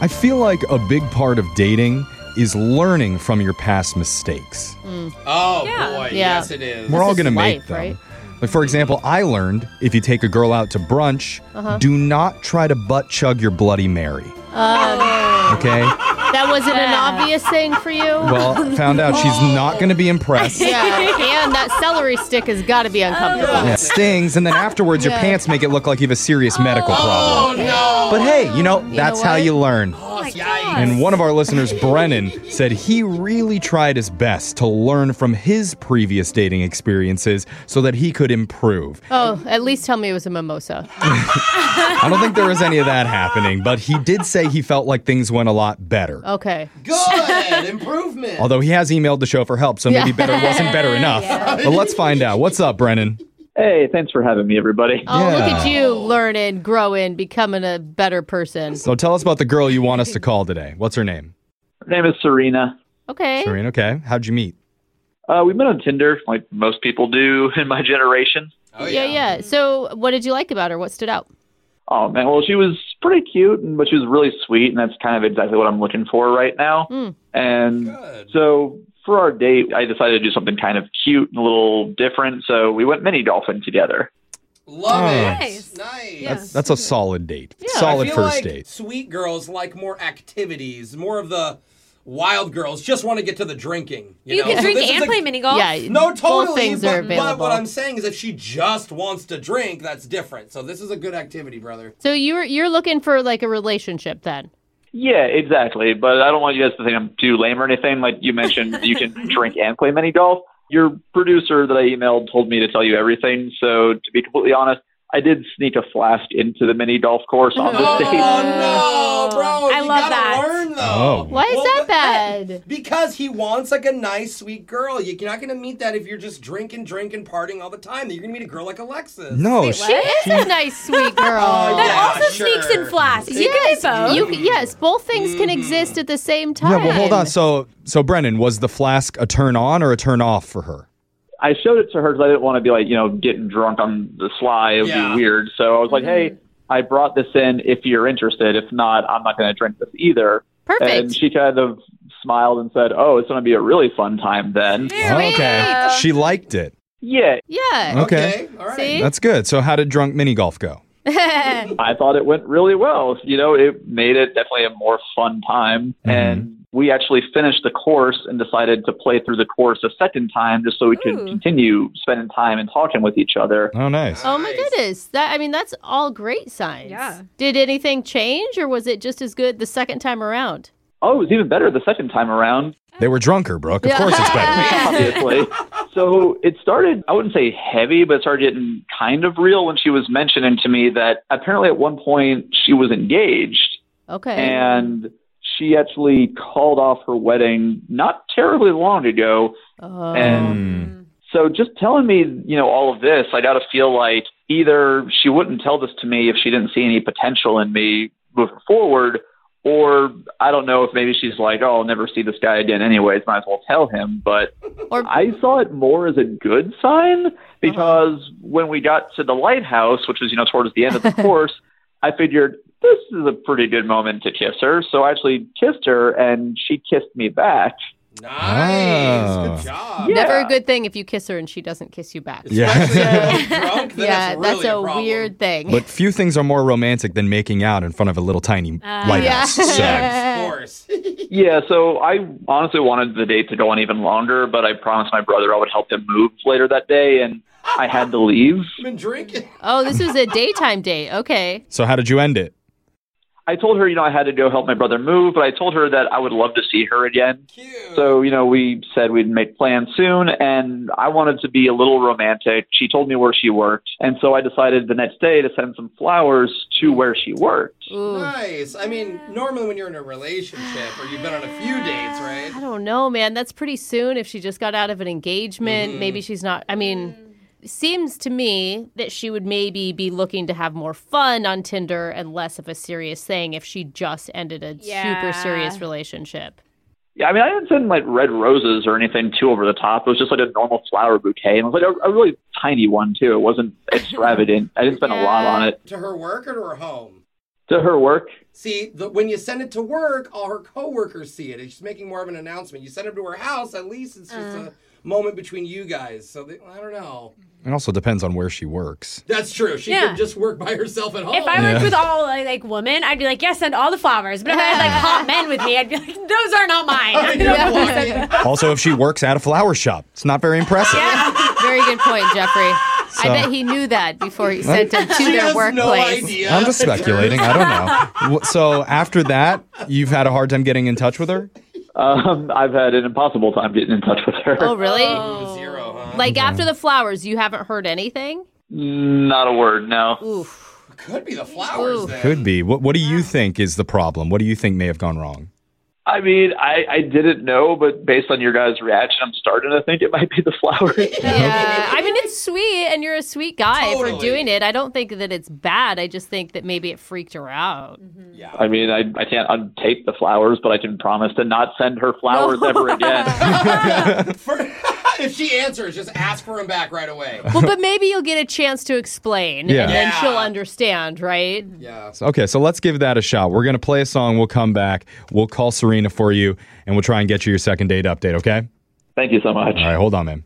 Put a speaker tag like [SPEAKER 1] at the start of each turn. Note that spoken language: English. [SPEAKER 1] I feel like a big part of dating is learning from your past mistakes.
[SPEAKER 2] Oh
[SPEAKER 3] Yeah.
[SPEAKER 2] boy,
[SPEAKER 3] Yeah.
[SPEAKER 2] yes it is.
[SPEAKER 1] We're all
[SPEAKER 3] Mm, This
[SPEAKER 1] going to
[SPEAKER 3] is
[SPEAKER 1] make
[SPEAKER 3] life,
[SPEAKER 1] them.
[SPEAKER 3] right?
[SPEAKER 1] Like, for example, I learned if you take a girl out to brunch,
[SPEAKER 3] Uh-huh.
[SPEAKER 1] do not try to butt chug your Bloody Mary.
[SPEAKER 3] Oh.
[SPEAKER 1] Okay?
[SPEAKER 3] That wasn't an
[SPEAKER 4] Yeah.
[SPEAKER 3] obvious thing for you.
[SPEAKER 1] Well, found out she's not going to be impressed.
[SPEAKER 3] yeah, and that celery stick has got to be uncomfortable.
[SPEAKER 4] Oh,
[SPEAKER 1] Yeah, It stings, and then afterwards, your pants make it look like you have a serious medical problem.
[SPEAKER 2] Oh no!
[SPEAKER 1] But hey, you know, that's how
[SPEAKER 3] what?
[SPEAKER 1] you learn.
[SPEAKER 2] Yikes.
[SPEAKER 1] And one of our listeners, Brennan, said he really tried his best to learn from his previous dating experiences so that he could improve.
[SPEAKER 3] Oh, at least tell me it was a mimosa.
[SPEAKER 1] I don't think there was any of that happening, but he did say he felt like things went a lot better.
[SPEAKER 3] Okay.
[SPEAKER 2] Good improvement.
[SPEAKER 1] Although he has emailed the show for help, so maybe better wasn't better enough. But let's find out. What's up, Brennan?
[SPEAKER 5] Hey, thanks for having me, everybody.
[SPEAKER 3] Oh, look
[SPEAKER 1] Yeah.
[SPEAKER 3] at you learning, growing, becoming a better person.
[SPEAKER 1] So tell us about the girl you want us to call today. What's her name?
[SPEAKER 5] Her name is Serena.
[SPEAKER 3] Okay.
[SPEAKER 1] Serena. Okay. How'd you meet?
[SPEAKER 5] Uh, we met on Tinder, like most people do in my generation.
[SPEAKER 2] oh,
[SPEAKER 3] Yeah, yeah. So, what did you like about her? What stood out?
[SPEAKER 5] Oh man, well she was pretty cute, and but she was really sweet, and that's kind of exactly what I'm looking for right now.
[SPEAKER 3] Mm.
[SPEAKER 5] And
[SPEAKER 2] Good.
[SPEAKER 5] so for our date, I decided to do something kind of cute and a little different. So we went mini dolphin together.
[SPEAKER 2] Love
[SPEAKER 1] Oh.
[SPEAKER 2] it.
[SPEAKER 4] Nice.
[SPEAKER 2] Nice.
[SPEAKER 4] Yeah. That's-
[SPEAKER 1] That's a solid date.
[SPEAKER 2] I
[SPEAKER 1] solid
[SPEAKER 2] feel
[SPEAKER 1] first
[SPEAKER 2] like
[SPEAKER 1] date.
[SPEAKER 2] Sweet girls like more activities, more of the wild girls just want to get to the drinking. You,
[SPEAKER 4] You
[SPEAKER 2] know?
[SPEAKER 4] can
[SPEAKER 2] So
[SPEAKER 4] drink
[SPEAKER 2] this is
[SPEAKER 4] and
[SPEAKER 2] a-
[SPEAKER 4] play mini golf.
[SPEAKER 3] Yeah.
[SPEAKER 2] No,
[SPEAKER 3] both
[SPEAKER 2] totally.
[SPEAKER 3] things
[SPEAKER 2] but,
[SPEAKER 3] are
[SPEAKER 2] but what
[SPEAKER 3] available.
[SPEAKER 2] I'm saying is, if she just wants to drink, that's different. So this is a good activity, brother.
[SPEAKER 3] So you're you're looking for like a relationship then?
[SPEAKER 5] Yeah, exactly. But I don't want you guys to think I'm too lame or anything. Like you mentioned, you can drink and play mini golf. Your producer that I emailed told me to tell you everything. So to be completely honest, I did sneak a flask into the mini golf course on this
[SPEAKER 2] Oh
[SPEAKER 5] date.
[SPEAKER 2] no, bro!
[SPEAKER 4] I
[SPEAKER 2] you
[SPEAKER 4] love
[SPEAKER 2] gotta
[SPEAKER 4] that.
[SPEAKER 2] Learn though.
[SPEAKER 1] Oh.
[SPEAKER 3] Why is
[SPEAKER 2] Well,
[SPEAKER 3] that
[SPEAKER 2] but-
[SPEAKER 3] bad?
[SPEAKER 2] Because he wants like a nice, sweet girl. You're not gonna meet that if you're just drinking, drinking, partying all the time. You're gonna meet a girl like Alexis.
[SPEAKER 1] No,
[SPEAKER 4] Wait,
[SPEAKER 1] she-
[SPEAKER 4] what?
[SPEAKER 3] She's a nice, sweet girl.
[SPEAKER 2] Oh,
[SPEAKER 4] That
[SPEAKER 2] Yeah,
[SPEAKER 4] also
[SPEAKER 2] sure.
[SPEAKER 4] sneaks in flasks. You
[SPEAKER 3] yes,
[SPEAKER 4] can do
[SPEAKER 3] you
[SPEAKER 4] both.
[SPEAKER 3] can- yes, both things can exist at the same time.
[SPEAKER 1] Mm-hmm. Yeah, but hold on. So, so Brennan, was the flask a turn on or a turn off for her?
[SPEAKER 5] I showed it to her because I didn't want to be like, you know, getting drunk on the sly. It would
[SPEAKER 2] Yeah. Mm-hmm.
[SPEAKER 5] be weird. So I was like, hey, I brought this in if you're interested. If not, I'm not going to drink this either.
[SPEAKER 3] Perfect.
[SPEAKER 5] And she kind of smiled and said, oh, it's going to be a really fun time then.
[SPEAKER 1] Oh, Okay, she liked it.
[SPEAKER 5] Yeah,
[SPEAKER 3] yeah.
[SPEAKER 1] Okay.
[SPEAKER 2] All right.
[SPEAKER 3] See?
[SPEAKER 1] that's good. So, how did drunk mini golf go?
[SPEAKER 5] I thought it went really well. You know, it made it definitely a more fun time. And we actually finished the course and decided to play through the course a second time just so we could
[SPEAKER 4] Ooh.
[SPEAKER 5] continue spending time and talking with each other.
[SPEAKER 1] Oh, nice.
[SPEAKER 3] Oh my
[SPEAKER 2] Nice.
[SPEAKER 3] goodness. That I mean that's all great signs.
[SPEAKER 4] Yeah.
[SPEAKER 3] Did anything change or was it just as good the second time around?
[SPEAKER 5] Oh, it was even better the second time around,
[SPEAKER 1] They were drunker, Brooke. Of
[SPEAKER 3] Yeah.
[SPEAKER 1] course, it's better.
[SPEAKER 5] obviously. so it started, I wouldn't say heavy, but it started getting kind of real when she was mentioning to me that apparently at one point she was engaged.
[SPEAKER 3] Okay.
[SPEAKER 5] And she actually called off her wedding not terribly long ago.
[SPEAKER 3] oh.
[SPEAKER 5] And
[SPEAKER 4] Hmm.
[SPEAKER 1] Mm.
[SPEAKER 5] So just telling me, you know, all of this, I got to feel like either she wouldn't tell this to me if she didn't see any potential in me moving forward, or I don't know if maybe she's like, oh, I'll never see this guy again anyways, might as well tell him. But
[SPEAKER 3] Or-
[SPEAKER 5] I saw it more as a good sign because when we got to the lighthouse, which was, you know, towards the end of the course, I figured this is a pretty good moment to kiss her. So I actually kissed her and she kissed me back.
[SPEAKER 2] Nice.
[SPEAKER 1] Oh.
[SPEAKER 2] Good job.
[SPEAKER 5] Yeah.
[SPEAKER 3] Never a good thing if you kiss her and she doesn't kiss you back.
[SPEAKER 1] Yeah.
[SPEAKER 2] Especially if you're drunk, then
[SPEAKER 3] Yeah,
[SPEAKER 2] it's really
[SPEAKER 3] that's a,
[SPEAKER 2] problem.
[SPEAKER 3] weird thing.
[SPEAKER 1] But few things are more romantic than making out in front of a little tiny
[SPEAKER 4] Uh,
[SPEAKER 1] lighthouse.
[SPEAKER 3] yeah.
[SPEAKER 1] So,
[SPEAKER 2] Yeah, of course.
[SPEAKER 5] Yeah, so I honestly wanted the date to go on even longer, but I promised my brother I would help him move later that day, and I had to leave.
[SPEAKER 2] I've been drinking.
[SPEAKER 3] oh, this was a daytime date. Okay.
[SPEAKER 1] so how did you end it?
[SPEAKER 5] I told her, you know, I had to go help my brother move, but I told her that I would love to see her again.
[SPEAKER 2] Cute.
[SPEAKER 5] So, you know, we said we'd make plans soon, and I wanted to be a little romantic. She told me where she worked, and so I decided the next day to send some flowers to where she worked.
[SPEAKER 3] Ooh.
[SPEAKER 2] nice. I mean, normally when you're in a relationship or you've been on a few dates, right?
[SPEAKER 3] I don't know, man. That's pretty soon. If she just got out of an engagement,
[SPEAKER 4] Mm-hmm.
[SPEAKER 3] maybe she's not. I mean, seems to me that she would maybe be looking to have more fun on Tinder and less of a serious thing if she just ended a
[SPEAKER 4] Yeah.
[SPEAKER 3] super serious relationship.
[SPEAKER 5] Yeah, I mean, I didn't send like red roses or anything too over the top. It was just like a normal flower bouquet, and it was like a, a really tiny one too. It wasn't extravagant. I didn't spend a lot on it.
[SPEAKER 2] To her work or to her home?
[SPEAKER 5] to her work.
[SPEAKER 2] See, the, when you send it to work, all her coworkers see it. She's making more of an announcement. You send it to her house, at least it's just a moment between you guys. So they, I don't know.
[SPEAKER 1] It also depends on where she works.
[SPEAKER 2] That's true. She
[SPEAKER 4] Yeah.
[SPEAKER 2] can just work by herself at home.
[SPEAKER 4] If I worked
[SPEAKER 1] Yeah.
[SPEAKER 4] with all like, like women, I'd be like, yes, send all the flowers. But if I had like hot men with me, I'd be like, those are not mine. I
[SPEAKER 2] You're
[SPEAKER 4] don't want
[SPEAKER 2] walking.
[SPEAKER 1] Also, if she works at a flower shop, it's not very impressive.
[SPEAKER 3] Very good point, Jeffrey.
[SPEAKER 1] So-
[SPEAKER 3] I bet he knew that before he sent them to
[SPEAKER 2] She
[SPEAKER 3] their
[SPEAKER 2] has no
[SPEAKER 3] workplace.
[SPEAKER 2] idea.
[SPEAKER 1] I'm just speculating. I don't know. Wh- So after that, you've had a hard time getting in touch with her?
[SPEAKER 5] Um, I've had an impossible time getting in touch with her.
[SPEAKER 3] oh, really?
[SPEAKER 2] Zero, huh?
[SPEAKER 3] Like after the flowers, you haven't heard anything?
[SPEAKER 5] Not a word, no.
[SPEAKER 3] Oof.
[SPEAKER 2] Could be the flowers.
[SPEAKER 3] Ooh.
[SPEAKER 2] Then.
[SPEAKER 1] Could be. What, what do you think is the problem? What do you think may have gone wrong?
[SPEAKER 5] I mean, I, I didn't know, but based on your guys' reaction, I'm starting to think it might be the flowers.
[SPEAKER 3] Yeah. I mean, it's sweet, and you're a sweet guy
[SPEAKER 2] Totally.
[SPEAKER 3] for doing it. I don't think that it's bad. I just think that maybe it freaked her out.
[SPEAKER 2] Mm-hmm.
[SPEAKER 5] I mean, I, I can't untape the flowers, but I can promise to not send her flowers ever again.
[SPEAKER 2] For- if she answers, just ask for him back right away.
[SPEAKER 3] Well, but maybe you'll get a chance to explain,
[SPEAKER 1] Yeah.
[SPEAKER 3] and then
[SPEAKER 2] Yeah.
[SPEAKER 3] she'll understand, right?
[SPEAKER 2] Yeah.
[SPEAKER 1] Okay, so let's give that a shot. We're going to play a song. We'll come back. We'll call Serena for you, and we'll try and get you your second date update, okay?
[SPEAKER 5] Thank you so much.
[SPEAKER 1] All right, hold on, man.